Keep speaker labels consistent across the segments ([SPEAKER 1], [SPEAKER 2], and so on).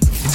[SPEAKER 1] It's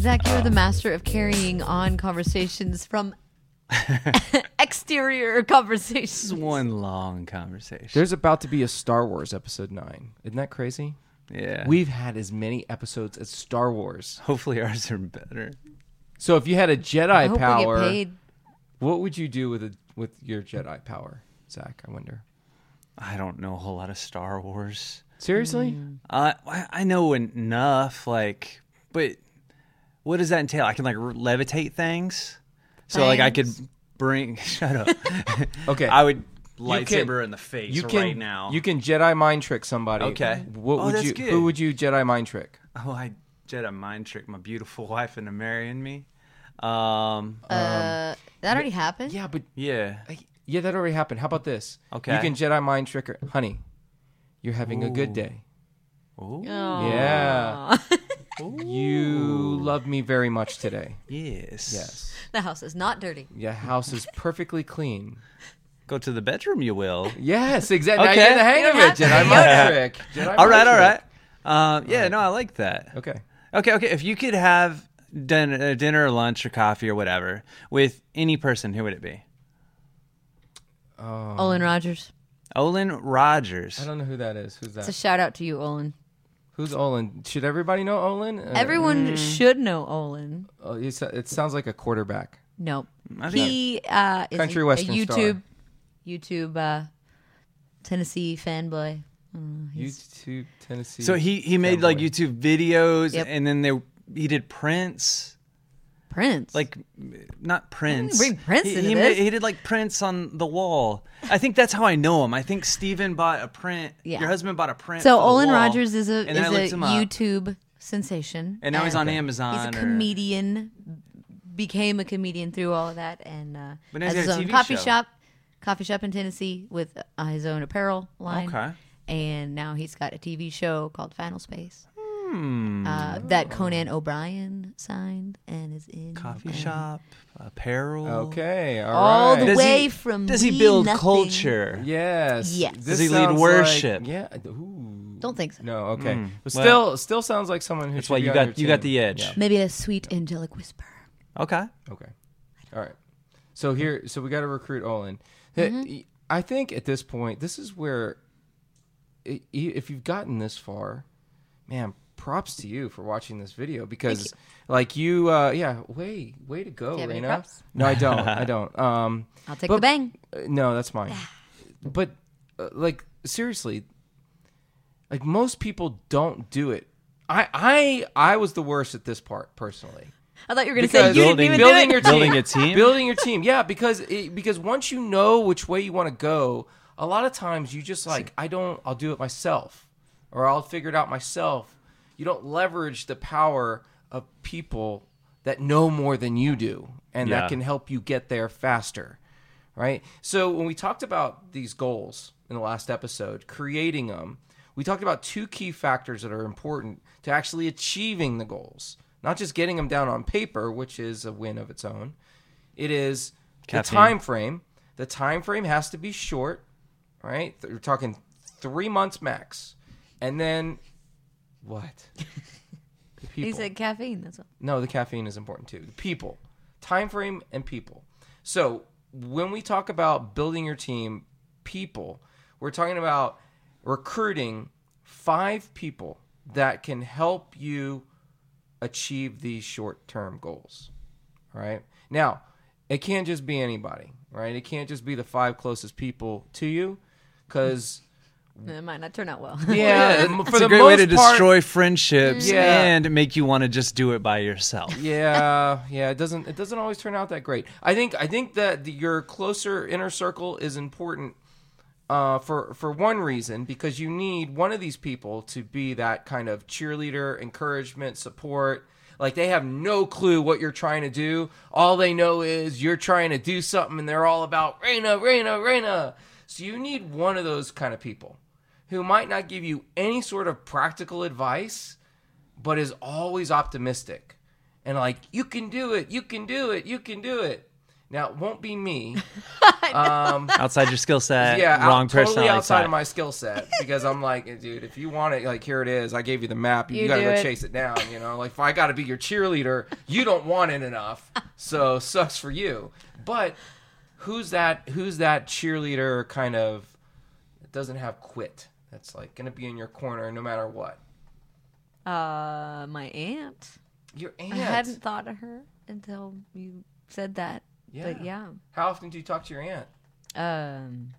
[SPEAKER 2] Zach, you're the master of carrying on conversations from exterior conversations.
[SPEAKER 3] It's one long conversation.
[SPEAKER 4] There's about to be a Star Wars episode nine. Isn't that crazy?
[SPEAKER 3] Yeah.
[SPEAKER 4] We've had as many episodes as Star Wars.
[SPEAKER 3] hopefully ours are better.
[SPEAKER 4] So if you had a
[SPEAKER 2] I
[SPEAKER 4] Jedi
[SPEAKER 2] hope
[SPEAKER 4] power,
[SPEAKER 2] we get paid.
[SPEAKER 4] what would you do with a with your Jedi power, Zach? I wonder.
[SPEAKER 3] I don't know a whole lot of Star Wars.
[SPEAKER 4] Seriously?
[SPEAKER 2] Mm.
[SPEAKER 3] Uh, I I know enough, like, but what does that entail? I can like levitate things, so like I could
[SPEAKER 2] Things.
[SPEAKER 3] bring. Shut up.
[SPEAKER 4] Okay.
[SPEAKER 3] I would
[SPEAKER 4] You
[SPEAKER 3] lightsaber
[SPEAKER 4] can-
[SPEAKER 3] her in the face
[SPEAKER 4] you can,
[SPEAKER 3] right now.
[SPEAKER 4] You can Jedi mind trick somebody.
[SPEAKER 3] Okay.
[SPEAKER 4] What
[SPEAKER 3] Oh,
[SPEAKER 4] would
[SPEAKER 3] that's
[SPEAKER 4] you?
[SPEAKER 3] good.
[SPEAKER 4] Who would you Jedi mind trick?
[SPEAKER 3] Oh, I Jedi mind trick my beautiful wife into marrying me. Um.
[SPEAKER 2] Uh, that already happened.
[SPEAKER 4] Yeah, but
[SPEAKER 3] yeah.
[SPEAKER 4] yeah, that already happened. How about this?
[SPEAKER 3] Okay.
[SPEAKER 4] You can Jedi mind trick her, honey. You're having a good day.
[SPEAKER 3] Ooh.
[SPEAKER 2] Oh.
[SPEAKER 4] Yeah. You love me very much today.
[SPEAKER 3] Yes.
[SPEAKER 4] Yes.
[SPEAKER 2] The house is not dirty.
[SPEAKER 4] Your house is perfectly clean.
[SPEAKER 3] Go to the bedroom. You will.
[SPEAKER 4] Yes, exactly. Now
[SPEAKER 3] Okay.
[SPEAKER 4] you're in the hang of it.
[SPEAKER 2] Yeah.
[SPEAKER 4] Jedi mind trick. Jedi
[SPEAKER 3] all right,
[SPEAKER 4] mind
[SPEAKER 3] all right.
[SPEAKER 4] trick.
[SPEAKER 3] Um, yeah, no, I like that.
[SPEAKER 4] Okay.
[SPEAKER 3] okay, okay. If you could have dinner, uh, dinner or lunch or coffee or whatever with any person, who would it be?
[SPEAKER 2] Olin Rogers.
[SPEAKER 4] uh,
[SPEAKER 3] Olin Rogers.
[SPEAKER 4] I don't know who that is. Who's
[SPEAKER 2] It's a
[SPEAKER 4] that?
[SPEAKER 2] shout out to you, Olin.
[SPEAKER 4] Who's Olin? Should everybody know Olin? Uh,
[SPEAKER 2] Everyone should know Olin.
[SPEAKER 4] oh, it's- it sounds like a quarterback.
[SPEAKER 2] Nope.
[SPEAKER 3] I think-
[SPEAKER 2] He uh, is
[SPEAKER 4] Country
[SPEAKER 2] a,
[SPEAKER 4] Western
[SPEAKER 2] a
[SPEAKER 4] star.
[SPEAKER 2] YouTube, YouTube uh, Tennessee fanboy.
[SPEAKER 4] YouTube Tennessee.
[SPEAKER 3] so he he made like YouTube videos,
[SPEAKER 2] Yep.
[SPEAKER 3] and then they he did Prince,
[SPEAKER 2] Prince.
[SPEAKER 3] like not Prince.
[SPEAKER 2] bring Prince
[SPEAKER 3] He,
[SPEAKER 2] into
[SPEAKER 3] he,
[SPEAKER 2] this.
[SPEAKER 3] ma- he did like Prince on the wall. I think that's how I know him. I think Steven bought a print.
[SPEAKER 2] Yeah.
[SPEAKER 3] Your husband bought a print.
[SPEAKER 2] so
[SPEAKER 3] for the
[SPEAKER 2] Olin
[SPEAKER 3] wall,
[SPEAKER 2] Rogers is a
[SPEAKER 3] and then I
[SPEAKER 2] is
[SPEAKER 3] looked
[SPEAKER 2] a
[SPEAKER 3] him up.
[SPEAKER 2] YouTube sensation.
[SPEAKER 3] And now he's on Amazon.
[SPEAKER 2] He's a
[SPEAKER 3] or-
[SPEAKER 2] comedian, became a comedian through all of that, and uh,
[SPEAKER 3] But now
[SPEAKER 2] has
[SPEAKER 3] he's
[SPEAKER 2] his
[SPEAKER 3] got a
[SPEAKER 2] own
[SPEAKER 3] TV
[SPEAKER 2] coffee
[SPEAKER 3] show.
[SPEAKER 2] shop, coffee shop in Tennessee with uh, his own apparel line.
[SPEAKER 3] Okay.
[SPEAKER 2] And now he's got a TV show called Final Space.
[SPEAKER 3] Hmm.
[SPEAKER 2] Uh, that Conan O'Brien signed and is in
[SPEAKER 3] coffee
[SPEAKER 2] and
[SPEAKER 3] shop, apparel.
[SPEAKER 4] Okay. all
[SPEAKER 2] all
[SPEAKER 4] right.
[SPEAKER 2] the
[SPEAKER 3] Does
[SPEAKER 2] way
[SPEAKER 3] he-
[SPEAKER 2] from
[SPEAKER 3] Does he
[SPEAKER 2] being
[SPEAKER 3] build
[SPEAKER 2] nothing-
[SPEAKER 3] culture?
[SPEAKER 4] Yes.
[SPEAKER 2] Yes. Does
[SPEAKER 4] This
[SPEAKER 3] he lead
[SPEAKER 4] sounds like-
[SPEAKER 3] worship? Hmm,
[SPEAKER 4] yeah. Ooh.
[SPEAKER 2] Don't think so.
[SPEAKER 4] No. Okay. But
[SPEAKER 3] Well-
[SPEAKER 4] still, still sounds like someone who.
[SPEAKER 3] That's
[SPEAKER 4] should
[SPEAKER 3] why
[SPEAKER 4] be
[SPEAKER 3] you
[SPEAKER 4] on your
[SPEAKER 3] got you got
[SPEAKER 4] team.
[SPEAKER 3] the edge.
[SPEAKER 4] Yeah.
[SPEAKER 2] Maybe a sweet angelic whisper.
[SPEAKER 3] Okay.
[SPEAKER 4] Okay. All right. So here, so we got to recruit Olin. Hey,
[SPEAKER 2] Mm-hmm.
[SPEAKER 4] I think at this point, this is where, i- i- if you've gotten this far, man, props to you for watching this video because, like you, uh, yeah, way, way to go,
[SPEAKER 2] you have any
[SPEAKER 4] Rena.
[SPEAKER 2] props?
[SPEAKER 4] No, I don't. I don't. Um,
[SPEAKER 2] I'll take
[SPEAKER 4] But-
[SPEAKER 2] the bang.
[SPEAKER 4] uh, no, that's mine. but uh, like seriously, like most people don't do it. I I I was the worst at this part personally.
[SPEAKER 2] I thought you were going to say you didn't
[SPEAKER 3] Building-
[SPEAKER 2] even do
[SPEAKER 4] building
[SPEAKER 2] it.
[SPEAKER 4] your team,
[SPEAKER 3] Building a team?
[SPEAKER 4] building your team. Yeah, because it, because once you know which way you want to go, a lot of times you just like I don't. I'll do it myself, or I'll figure it out myself. You don't leverage the power of people that know more than you do, and
[SPEAKER 3] Yeah.
[SPEAKER 4] that can help you get there faster, right? So when we talked about these goals in the last episode, creating them. We talked about two key factors that are important to actually achieving the goals, not just getting them down on paper, which is a win of its own, it is the
[SPEAKER 3] Caffeine.
[SPEAKER 4] time frame. The time frame has to be short, right? Th- We're talking three months max, and then what? The people.
[SPEAKER 2] He said caffeine. That's all.
[SPEAKER 4] no, the caffeine is important too. The people, time frame, and people. So when we talk about building your team, people, we're talking about recruiting five people that can help you achieve these short-term goals right? Now, it can't just be anybody, right? It can't just be the five closest people to you, because
[SPEAKER 2] It might not turn out well.
[SPEAKER 4] yeah, for
[SPEAKER 3] It's
[SPEAKER 4] the
[SPEAKER 3] a great way
[SPEAKER 4] most
[SPEAKER 3] to
[SPEAKER 4] part-
[SPEAKER 3] destroy friendships
[SPEAKER 4] Yeah.
[SPEAKER 3] and make you want to just do it by yourself.
[SPEAKER 4] Yeah, yeah, it doesn't it doesn't always turn out that great. I think I think that the, your closer inner circle is important uh, for for one reason because you need one of these people to be that kind of cheerleader, encouragement, support. Like they have no clue what you're trying to do. All they know is you're trying to do something, and they're all about Reina, Reina, Reina. So you need one of those kind of people who might not give you any sort of practical advice, but is always optimistic and like you can do it, you can do it, you can do it. Now it won't be me.
[SPEAKER 3] outside your skill set.
[SPEAKER 4] yeah, out-
[SPEAKER 3] wrong person.
[SPEAKER 4] totally outside of my skill set because I'm like, dude, if you want it, like here it is. I gave you the map. You,
[SPEAKER 2] You
[SPEAKER 4] gotta
[SPEAKER 2] do
[SPEAKER 4] go
[SPEAKER 2] it.
[SPEAKER 4] chase it down. You know, like if I gotta be your cheerleader, you don't want it enough. So sucks for you. But who's that? Who's that cheerleader? Kind of that doesn't have quit. That's like gonna be in your corner no matter what.
[SPEAKER 2] Uh, my aunt.
[SPEAKER 4] Your aunt.
[SPEAKER 2] I hadn't thought of her until you said that. But yeah.
[SPEAKER 4] Yeah. How often do you talk to your aunt?
[SPEAKER 2] Um,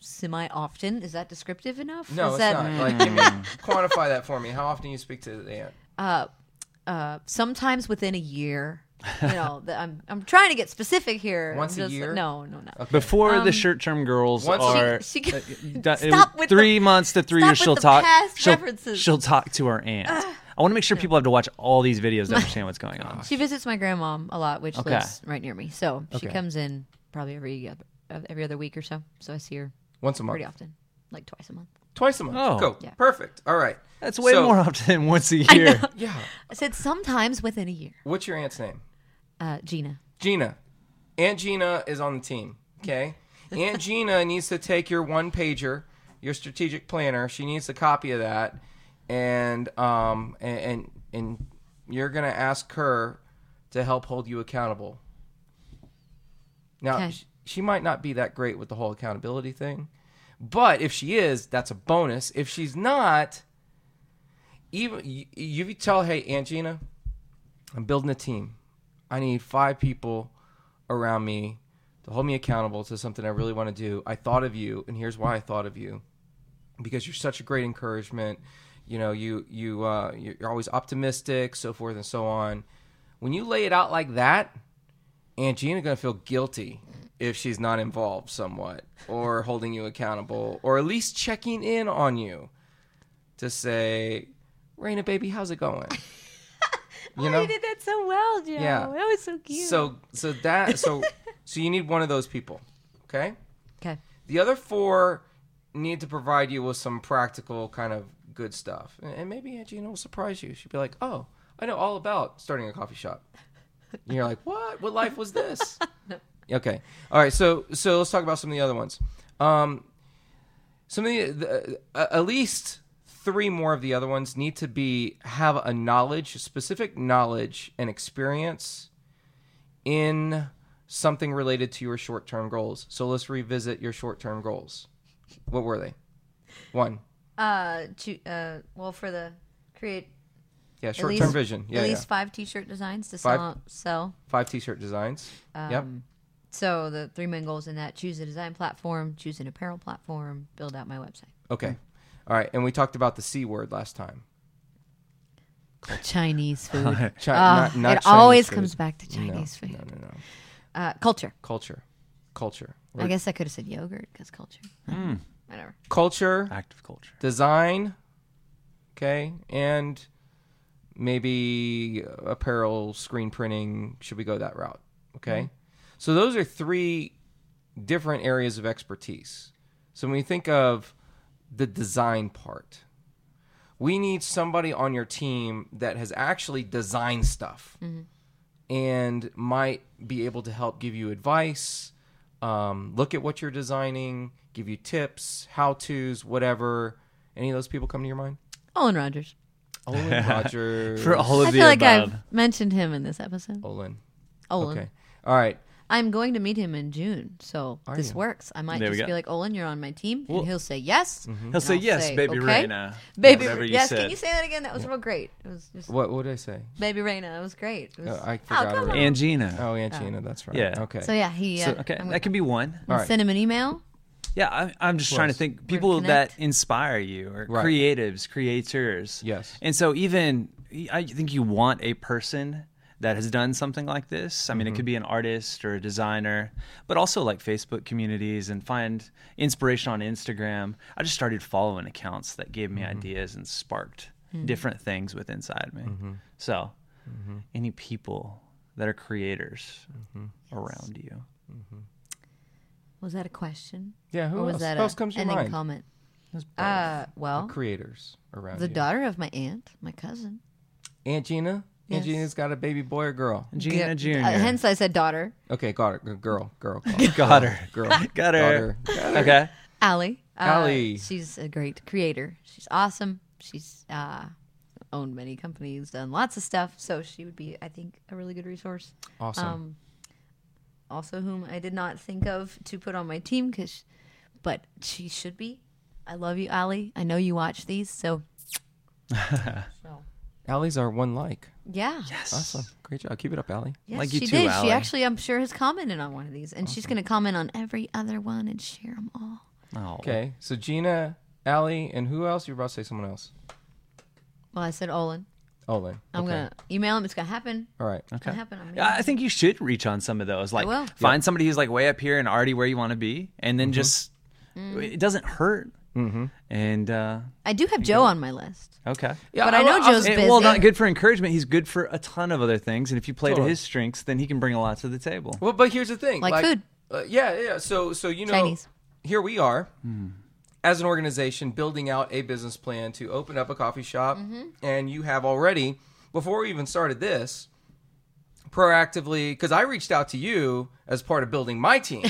[SPEAKER 2] semi often. Is that descriptive enough?
[SPEAKER 4] No,
[SPEAKER 2] Is
[SPEAKER 4] it's
[SPEAKER 2] that,
[SPEAKER 4] not. Like, give me,
[SPEAKER 3] Mm.
[SPEAKER 4] quantify that for me. How often you speak to the aunt?
[SPEAKER 3] Mm.
[SPEAKER 2] Uh, sometimes within a year. You know, the, I'm I'm trying to get specific here.
[SPEAKER 4] Once a
[SPEAKER 2] Just-
[SPEAKER 4] year?
[SPEAKER 2] No, no, no.
[SPEAKER 3] Before the short-term girls
[SPEAKER 4] once-
[SPEAKER 3] are
[SPEAKER 2] Um, She- she-
[SPEAKER 3] uh,
[SPEAKER 2] Stop with
[SPEAKER 3] three
[SPEAKER 2] the-
[SPEAKER 3] months to three
[SPEAKER 2] stop
[SPEAKER 3] years,
[SPEAKER 2] with
[SPEAKER 3] she'll
[SPEAKER 2] the
[SPEAKER 3] talk.
[SPEAKER 2] past
[SPEAKER 3] she'll,
[SPEAKER 2] references.
[SPEAKER 3] she'll talk to her aunt. I want to make sure people have to watch all these videos to understand what's going on.
[SPEAKER 2] She visits my grandmom a lot, which
[SPEAKER 3] Okay.
[SPEAKER 2] lives right near me. So she
[SPEAKER 3] Okay.
[SPEAKER 2] comes in probably every other, every other week or so. So I see her
[SPEAKER 4] Once a month.
[SPEAKER 2] pretty often, like twice a month.
[SPEAKER 4] Twice a month.
[SPEAKER 3] Oh.
[SPEAKER 4] Cool.
[SPEAKER 2] Yeah.
[SPEAKER 4] Perfect. All right.
[SPEAKER 3] That's way
[SPEAKER 4] So-
[SPEAKER 3] more often than once a year.
[SPEAKER 4] Yeah.
[SPEAKER 2] I said sometimes within a year.
[SPEAKER 4] What's your aunt's name?
[SPEAKER 2] Uh, Gina.
[SPEAKER 4] Gina. Aunt Gina is on the team. Okay. Aunt Gina needs to take your one pager, your strategic planner. She needs a copy of that, and um and and, and you're gonna ask her to help hold you accountable. Now
[SPEAKER 2] Okay.
[SPEAKER 4] sh- she might not be that great with the whole accountability thing, but if she is, that's a bonus. If she's not, even you, you tell, hey, Aunt Gina, I'm building a team. I need five people around me to hold me accountable to something I really want to do. I thought of you, and here's why I thought of you because you're such a great encouragement. You know, you you uh, you're always optimistic, so forth and so on. When you lay it out like that, Aunt Gina gonna feel guilty if she's not involved somewhat or holding you accountable or at least checking in on you to say, Raina baby, how's it going? You know?
[SPEAKER 2] that so well, Joe.
[SPEAKER 4] Yeah. That
[SPEAKER 2] was so
[SPEAKER 4] So so that so so you need one of those people. Okay?
[SPEAKER 2] okay.
[SPEAKER 4] The other four need to provide you with some practical kind of good stuff. And- And maybe Aunt Gina will surprise you. She'd be like, oh, I know all about starting a coffee shop. And you're like, what? What life was this? Okay. All right. So, so let's talk about some of the other ones. Um, some of the, the uh, at least three more of the other ones need to be have a knowledge, specific knowledge and experience in something related to your short-term goals. So let's revisit your short-term goals. What were they? One.
[SPEAKER 2] Uh, to, uh, well, for the create
[SPEAKER 4] Yeah,
[SPEAKER 2] at
[SPEAKER 4] short-term
[SPEAKER 2] least-
[SPEAKER 4] vision. Yeah,
[SPEAKER 2] at
[SPEAKER 4] yeah.
[SPEAKER 2] least five T-shirt designs to
[SPEAKER 4] Five.
[SPEAKER 2] sell. sell.
[SPEAKER 4] Five t-shirt designs. yep.
[SPEAKER 2] Um, So the three main goals in that: choose a design platform, choose an apparel platform, build out my website.
[SPEAKER 4] Okay. All right, and we talked about the C word last time.
[SPEAKER 2] Chinese food.
[SPEAKER 4] Chi-
[SPEAKER 2] Ah,
[SPEAKER 4] not- not
[SPEAKER 2] it always
[SPEAKER 4] Chinese
[SPEAKER 2] comes
[SPEAKER 4] food.
[SPEAKER 2] back to
[SPEAKER 4] No,
[SPEAKER 2] Chinese food.
[SPEAKER 4] No, no, no.
[SPEAKER 2] Uh, culture.
[SPEAKER 4] Culture. Culture.
[SPEAKER 2] I guess I could have said yogurt because culture.
[SPEAKER 4] Hmm.
[SPEAKER 2] Whatever.
[SPEAKER 4] Culture,
[SPEAKER 3] Active culture.
[SPEAKER 4] design, okay, and maybe apparel, screen printing. Should we go that route? Okay. So those are three different areas of expertise. So when you think of the design part, we need somebody on your team that has actually designed stuff and might be able to help give you advice, um, look at what you're designing, give you tips, how to's, whatever. Any of those people come to your mind?
[SPEAKER 2] Olin Rogers.
[SPEAKER 4] Olin Rogers.
[SPEAKER 3] For all of
[SPEAKER 2] I
[SPEAKER 3] the
[SPEAKER 2] feel like
[SPEAKER 3] above.
[SPEAKER 2] I've mentioned him in this episode.
[SPEAKER 4] Olin.
[SPEAKER 2] Olin.
[SPEAKER 4] Oh, Okay. All right.
[SPEAKER 2] I'm going to meet him in June, so this
[SPEAKER 4] you?
[SPEAKER 2] works. I might
[SPEAKER 3] There we
[SPEAKER 2] just
[SPEAKER 3] go.
[SPEAKER 2] be like, Olin, you're on my team, and he'll say yes.
[SPEAKER 4] Mm-hmm.
[SPEAKER 3] He'll say
[SPEAKER 2] I'll
[SPEAKER 3] yes,
[SPEAKER 2] say,
[SPEAKER 3] baby
[SPEAKER 2] okay.
[SPEAKER 3] Reina.
[SPEAKER 2] Baby,
[SPEAKER 3] Whatever
[SPEAKER 2] Re-
[SPEAKER 3] you
[SPEAKER 2] yes.
[SPEAKER 3] said.
[SPEAKER 2] Can you say that again? That was real great. It was just
[SPEAKER 4] What, what did I say?
[SPEAKER 2] baby Reina. It was great. It was,
[SPEAKER 4] Uh, I
[SPEAKER 2] oh,
[SPEAKER 4] forgot
[SPEAKER 2] come
[SPEAKER 4] already.
[SPEAKER 2] on.
[SPEAKER 3] and Gina.
[SPEAKER 4] Oh, Aunt Gina, that's right.
[SPEAKER 3] Yeah.
[SPEAKER 4] Okay.
[SPEAKER 2] Uh, So yeah, he. Uh,
[SPEAKER 3] So, okay, that can be one.
[SPEAKER 4] all right.
[SPEAKER 2] send him an email.
[SPEAKER 3] Yeah, I, I'm just trying to
[SPEAKER 4] Close.
[SPEAKER 3] think people that
[SPEAKER 2] connect.
[SPEAKER 3] inspire you or
[SPEAKER 4] Right.
[SPEAKER 3] creatives, creators.
[SPEAKER 4] Yes.
[SPEAKER 3] And so even I think you want a person that has done something like this. I mean,
[SPEAKER 4] Mm-hmm.
[SPEAKER 3] it could be an artist or a designer, but also like Facebook communities and find inspiration on Instagram. I just started following accounts that gave me
[SPEAKER 4] Mm-hmm.
[SPEAKER 3] ideas and sparked
[SPEAKER 2] Hmm.
[SPEAKER 3] different things with inside me.
[SPEAKER 4] Mm-hmm.
[SPEAKER 3] So, any people that are creators
[SPEAKER 4] Mm-hmm.
[SPEAKER 3] around you.
[SPEAKER 2] Was that a question?
[SPEAKER 4] Yeah, who
[SPEAKER 2] or was
[SPEAKER 4] else?
[SPEAKER 2] that uh,
[SPEAKER 4] Who
[SPEAKER 2] a,
[SPEAKER 4] else comes to
[SPEAKER 2] and
[SPEAKER 4] your
[SPEAKER 2] a
[SPEAKER 4] mind?
[SPEAKER 2] comment?
[SPEAKER 3] That's both.
[SPEAKER 2] Uh, well,
[SPEAKER 4] Creators around
[SPEAKER 2] the
[SPEAKER 4] you.
[SPEAKER 2] daughter of my aunt, my cousin.
[SPEAKER 4] Aunt Gina. Aunt
[SPEAKER 2] Yes.
[SPEAKER 4] Gina's got a baby boy or girl.
[SPEAKER 2] Yeah,
[SPEAKER 3] Gina
[SPEAKER 2] uh,
[SPEAKER 3] Jr.
[SPEAKER 2] hence, I said daughter.
[SPEAKER 4] Okay, got it. Girl, girl, girl.
[SPEAKER 3] got her.
[SPEAKER 4] girl.
[SPEAKER 3] Got her. Okay.
[SPEAKER 2] Allie. Uh,
[SPEAKER 4] Allie.
[SPEAKER 2] She's a great creator. She's awesome. She's uh, owned many companies, done lots of stuff. So she would be, I think, a really good resource.
[SPEAKER 4] Awesome.
[SPEAKER 2] Um, also, whom I did not think of to put on my team, cause, but she should be. I love you, Allie. I know you watch these, so. so
[SPEAKER 4] Allie's our one like.
[SPEAKER 2] yeah.
[SPEAKER 4] Awesome. Great job. Keep it up, Allie.
[SPEAKER 2] Yes,
[SPEAKER 3] Like you
[SPEAKER 2] she
[SPEAKER 3] too,
[SPEAKER 2] did.
[SPEAKER 3] Allie.
[SPEAKER 2] She actually, I'm sure, has commented on one of these, and she's going to comment on every other one and share them all.
[SPEAKER 3] Oh.
[SPEAKER 4] Okay, so Gina, Allie, and who else? You're about to say someone else.
[SPEAKER 2] Well, I said Olin.
[SPEAKER 4] Olin.
[SPEAKER 2] I'm
[SPEAKER 4] Okay.
[SPEAKER 2] going to email him. It's going to happen.
[SPEAKER 4] All right.
[SPEAKER 2] It's going to happen. I'm gonna-
[SPEAKER 3] Yeah, I think you should reach on some of those. Like,
[SPEAKER 2] will.
[SPEAKER 3] find somebody who's like way up here and already where you want to be, and
[SPEAKER 4] Mm-hmm.
[SPEAKER 3] then just
[SPEAKER 2] Mm.
[SPEAKER 3] it doesn't hurt. Mm-hmm. And uh,
[SPEAKER 2] I do have Joe on my list.
[SPEAKER 3] okay,
[SPEAKER 4] Yeah,
[SPEAKER 2] But I know
[SPEAKER 4] I'll-
[SPEAKER 2] Joe's
[SPEAKER 3] And,
[SPEAKER 2] busy.
[SPEAKER 3] well, not good for encouragement. He's good for a ton of other things, and if you play to
[SPEAKER 4] Totally.
[SPEAKER 3] his strengths, then he can bring a lot to the table.
[SPEAKER 4] Well, but here's the thing,
[SPEAKER 2] Like food.
[SPEAKER 4] uh, yeah, yeah. So, so you know,
[SPEAKER 2] Chinese.
[SPEAKER 4] here we are as an organization building out a business plan to open up a coffee shop,
[SPEAKER 2] Mm-hmm.
[SPEAKER 4] and you have already before we even started this proactively because I reached out to you as part of building my team,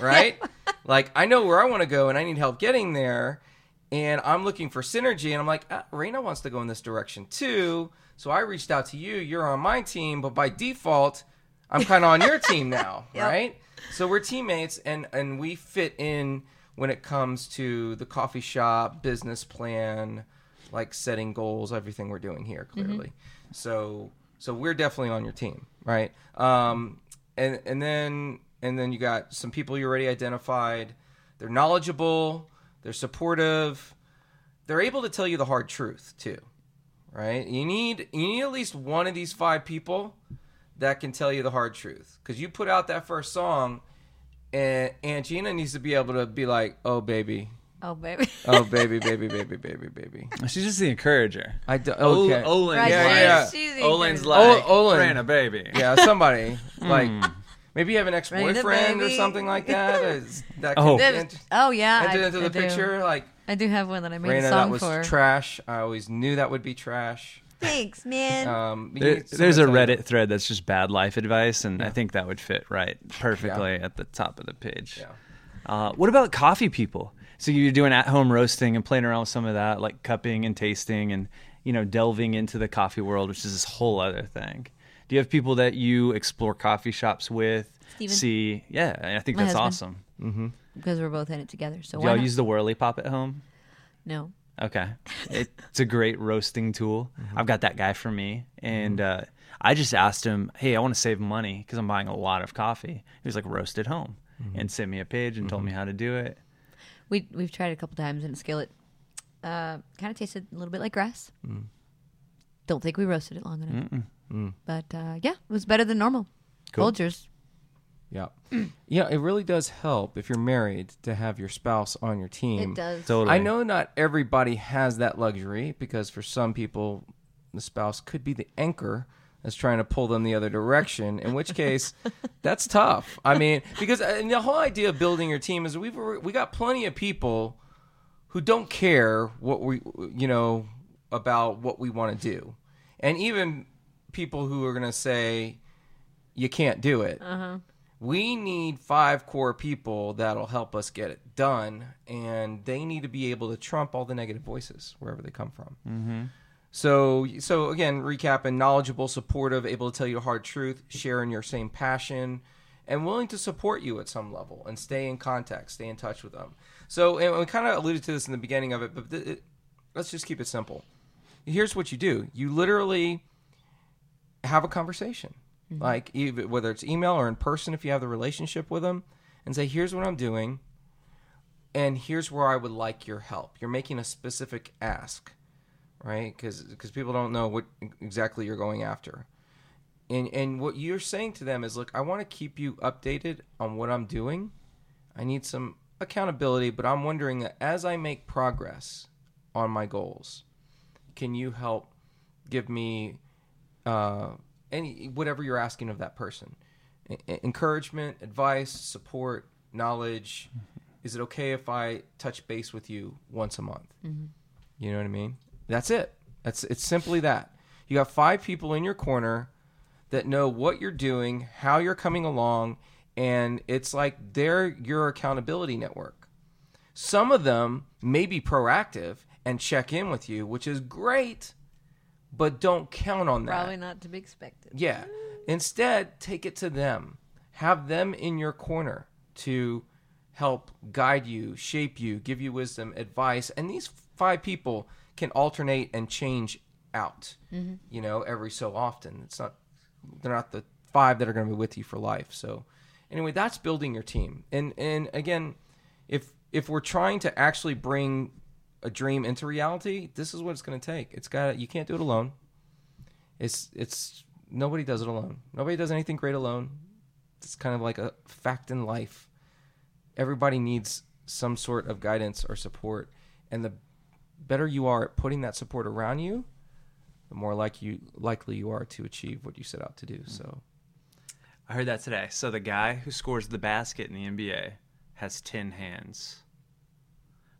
[SPEAKER 4] right? like I know where I want to go, and I need help getting there. And I'm looking for synergy, and I'm like, ah, Raina wants to go in this direction too. So I reached out to you. You're on my team, but by default, I'm kind of on your team now, right? So we're teammates, and and we fit in when it comes to the coffee shop business plan, like setting goals, everything we're doing here clearly. So so we're definitely on your team, right? Um, and and then and then you got some people you already identified. They're knowledgeable. They're supportive. They're able to tell you the hard truth too, right? You need you need at least one of these five people that can tell you the hard truth because you put out that first song, and, and Gina needs to be able to be like, "Oh baby,
[SPEAKER 2] Oh, baby.
[SPEAKER 4] oh baby, baby, baby, baby, baby."
[SPEAKER 3] She's just the encourager.
[SPEAKER 4] I do, okay.
[SPEAKER 3] O- Olin's
[SPEAKER 2] Right,
[SPEAKER 4] yeah,
[SPEAKER 3] like,
[SPEAKER 4] yeah.
[SPEAKER 2] she's- she's the
[SPEAKER 3] Olin's
[SPEAKER 2] encourager.
[SPEAKER 3] like,
[SPEAKER 4] O- Olin.
[SPEAKER 3] Raina, baby.
[SPEAKER 4] Yeah, somebody
[SPEAKER 3] Hmm.
[SPEAKER 4] like maybe you have an ex-boyfriend or
[SPEAKER 2] baby.
[SPEAKER 4] something like that. is- that
[SPEAKER 3] Oh.
[SPEAKER 4] could ent-
[SPEAKER 2] oh, yeah.
[SPEAKER 4] enter into the
[SPEAKER 2] do.
[SPEAKER 4] picture like
[SPEAKER 2] I do have one that I made
[SPEAKER 4] Raina,
[SPEAKER 2] a
[SPEAKER 4] that
[SPEAKER 2] song
[SPEAKER 4] was
[SPEAKER 2] for.
[SPEAKER 4] trash. I always knew that would be trash.
[SPEAKER 2] Thanks, man.
[SPEAKER 4] Um, you
[SPEAKER 3] There-
[SPEAKER 4] need
[SPEAKER 3] there's a
[SPEAKER 4] somebody to
[SPEAKER 3] Reddit thread that's just bad life advice, and I think that would fit right perfectly at the top of the page.
[SPEAKER 4] Yeah.
[SPEAKER 3] Uh, what about coffee people? So you're doing at-home roasting and playing around with some of that, like cupping and tasting, and you know, delving into the coffee world, which is this whole other thing. Do you have people that you explore coffee shops with?
[SPEAKER 2] Steven.
[SPEAKER 3] See, yeah, and I think
[SPEAKER 2] My
[SPEAKER 3] that's
[SPEAKER 2] husband.
[SPEAKER 3] awesome.
[SPEAKER 2] because we're both in it together. So
[SPEAKER 3] Do
[SPEAKER 2] why
[SPEAKER 3] y'all
[SPEAKER 2] not?
[SPEAKER 3] use the whirly pop at home?
[SPEAKER 2] no.
[SPEAKER 3] Okay. It's a great roasting tool.
[SPEAKER 4] Mm-hmm.
[SPEAKER 3] I've got that guy for me. And uh, I just asked him, hey, I want to save money because I'm buying a lot of coffee. He was like, roast at home
[SPEAKER 4] Mm-hmm.
[SPEAKER 3] and sent me a page and told me how to do it.
[SPEAKER 2] We, we've tried it a couple times in a skillet. Uh, kind of tasted a little bit like grass.
[SPEAKER 3] Mm.
[SPEAKER 2] Don't think we roasted it long enough. But uh, yeah, it was better than normal. Folgers.
[SPEAKER 4] Yeah. yeah, it really does help if you're married to have your spouse on your
[SPEAKER 3] Mm.
[SPEAKER 4] team.
[SPEAKER 2] It does.
[SPEAKER 3] Totally.
[SPEAKER 4] I know not everybody has that luxury because for some people, the spouse could be the anchor that's trying to pull them the other direction, in which case, that's tough. I mean, because uh, and the whole idea of building your team is we've alre- we got plenty of people who don't care what we you know about what we want to do and even people who are going to say you can't do it we need five core people that'll help us get it done and they need to be able to trump all the negative voices wherever they come from so, so again, recapping: knowledgeable, supportive, able to tell you the hard truth, sharing your same passion, and willing to support you at some level, and stay in contact, stay in touch with them. So, and we kind of alluded to this in the beginning of it, but th- it, let's just keep it simple. Here's what you do: you literally have a conversation, like ev- whether it's email or in person, if you have the relationship with them, and say, "Here's what I'm doing." and here's where I would like your help. You're making a specific e-, ask, right? Because people don't know what exactly you're going after, and and what you're saying to them is look i want to keep you updated on what i'm doing i need some accountability but i'm wondering as i make progress on my goals can you help give me uh, any whatever you're asking of that person E- e- encouragement advice support knowledge
[SPEAKER 2] Mm-hmm.
[SPEAKER 4] is it okay if i touch base with you once a month
[SPEAKER 2] Mm-hmm.
[SPEAKER 4] you know what i mean that's it that's it's simply that you got five people in your corner that know what you're doing how you're coming along and it's like they're your accountability network some of them may be proactive and check in with you which is great but don't count on that
[SPEAKER 2] Probably not to be expected.
[SPEAKER 4] yeah. Instead, take it to them. Have them in your corner to help guide you, shape you, give you wisdom, advice. And these five people can alternate and change out, you know, every so often. It's not, they're not the five that are going to be with you for life. So, anyway, that's building your team. And, and again, if, if we're trying to actually bring a dream into reality, this is what it's going to take. It's got to, you can't do it alone. It's it's nobody does it alone. Nobody does anything great alone. It's kind of like a fact in life. Everybody needs some sort of guidance or support, and the better you are at putting that support around you, the more like you likely you are to achieve what you set out to do. So
[SPEAKER 3] I heard that today. So the guy who scores the basket in the NBA has 10 hands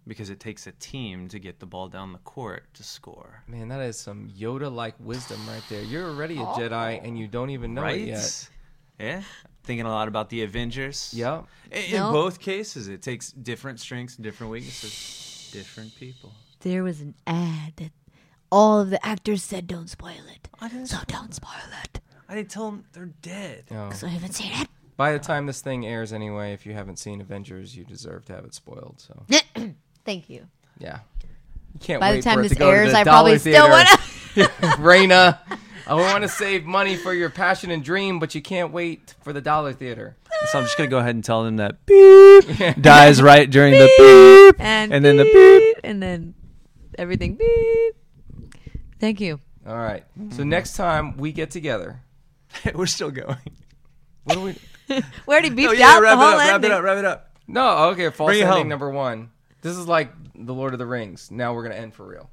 [SPEAKER 3] because it takes a team to get the ball down the court to score.
[SPEAKER 4] man, that is some Yoda like wisdom right there. You're already a Jedi and you don't even know
[SPEAKER 3] right?
[SPEAKER 4] it yet.
[SPEAKER 3] Yeah. Thinking a lot about the Avengers.
[SPEAKER 4] Yep.
[SPEAKER 3] I- In,
[SPEAKER 2] No.
[SPEAKER 3] both cases, it takes different strengths, different weaknesses, different people.
[SPEAKER 2] There was an ad that all of the actors said, "Don't spoil it."
[SPEAKER 3] I didn't
[SPEAKER 2] So don't spoil it.
[SPEAKER 3] I didn't tell them they're dead.
[SPEAKER 4] No.
[SPEAKER 2] So I haven't seen it.
[SPEAKER 4] By the time this thing airs anyway, if you haven't seen Avengers, you deserve to have it spoiled. So
[SPEAKER 2] Thank you.
[SPEAKER 4] Yeah. You can't
[SPEAKER 2] By
[SPEAKER 4] wait
[SPEAKER 2] the time
[SPEAKER 4] for it
[SPEAKER 2] this
[SPEAKER 4] to go to
[SPEAKER 2] airs,
[SPEAKER 4] the
[SPEAKER 2] I
[SPEAKER 4] dollar
[SPEAKER 2] probably
[SPEAKER 4] theater.
[SPEAKER 2] still want to.
[SPEAKER 4] Raina, I want to save money for your passion and dream, but you can't wait for the dollar theater.
[SPEAKER 3] So I'm just going to go ahead and tell them that beep dies right during the beep.
[SPEAKER 2] and,
[SPEAKER 3] And then the
[SPEAKER 2] beep,
[SPEAKER 3] beep.
[SPEAKER 2] and then everything beep. Thank you.
[SPEAKER 4] All right.
[SPEAKER 3] Mm-hmm.
[SPEAKER 4] So next time we get together,
[SPEAKER 3] We're still going.
[SPEAKER 4] what do we?
[SPEAKER 2] We already beeped
[SPEAKER 3] Oh, yeah,
[SPEAKER 2] out
[SPEAKER 3] wrap
[SPEAKER 2] the
[SPEAKER 3] it
[SPEAKER 2] whole
[SPEAKER 3] up, wrap
[SPEAKER 2] ending.
[SPEAKER 3] it up, wrap it up.
[SPEAKER 4] No. Okay. False
[SPEAKER 3] Bring it
[SPEAKER 4] ending
[SPEAKER 3] home.
[SPEAKER 4] number one. This is like the Lord of the Rings. Now we're gonna end for real.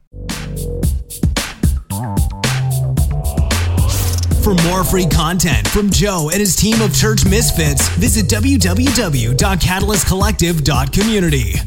[SPEAKER 5] For more free content from Joe and his team of church misfits, visit www.catalystcollective.community.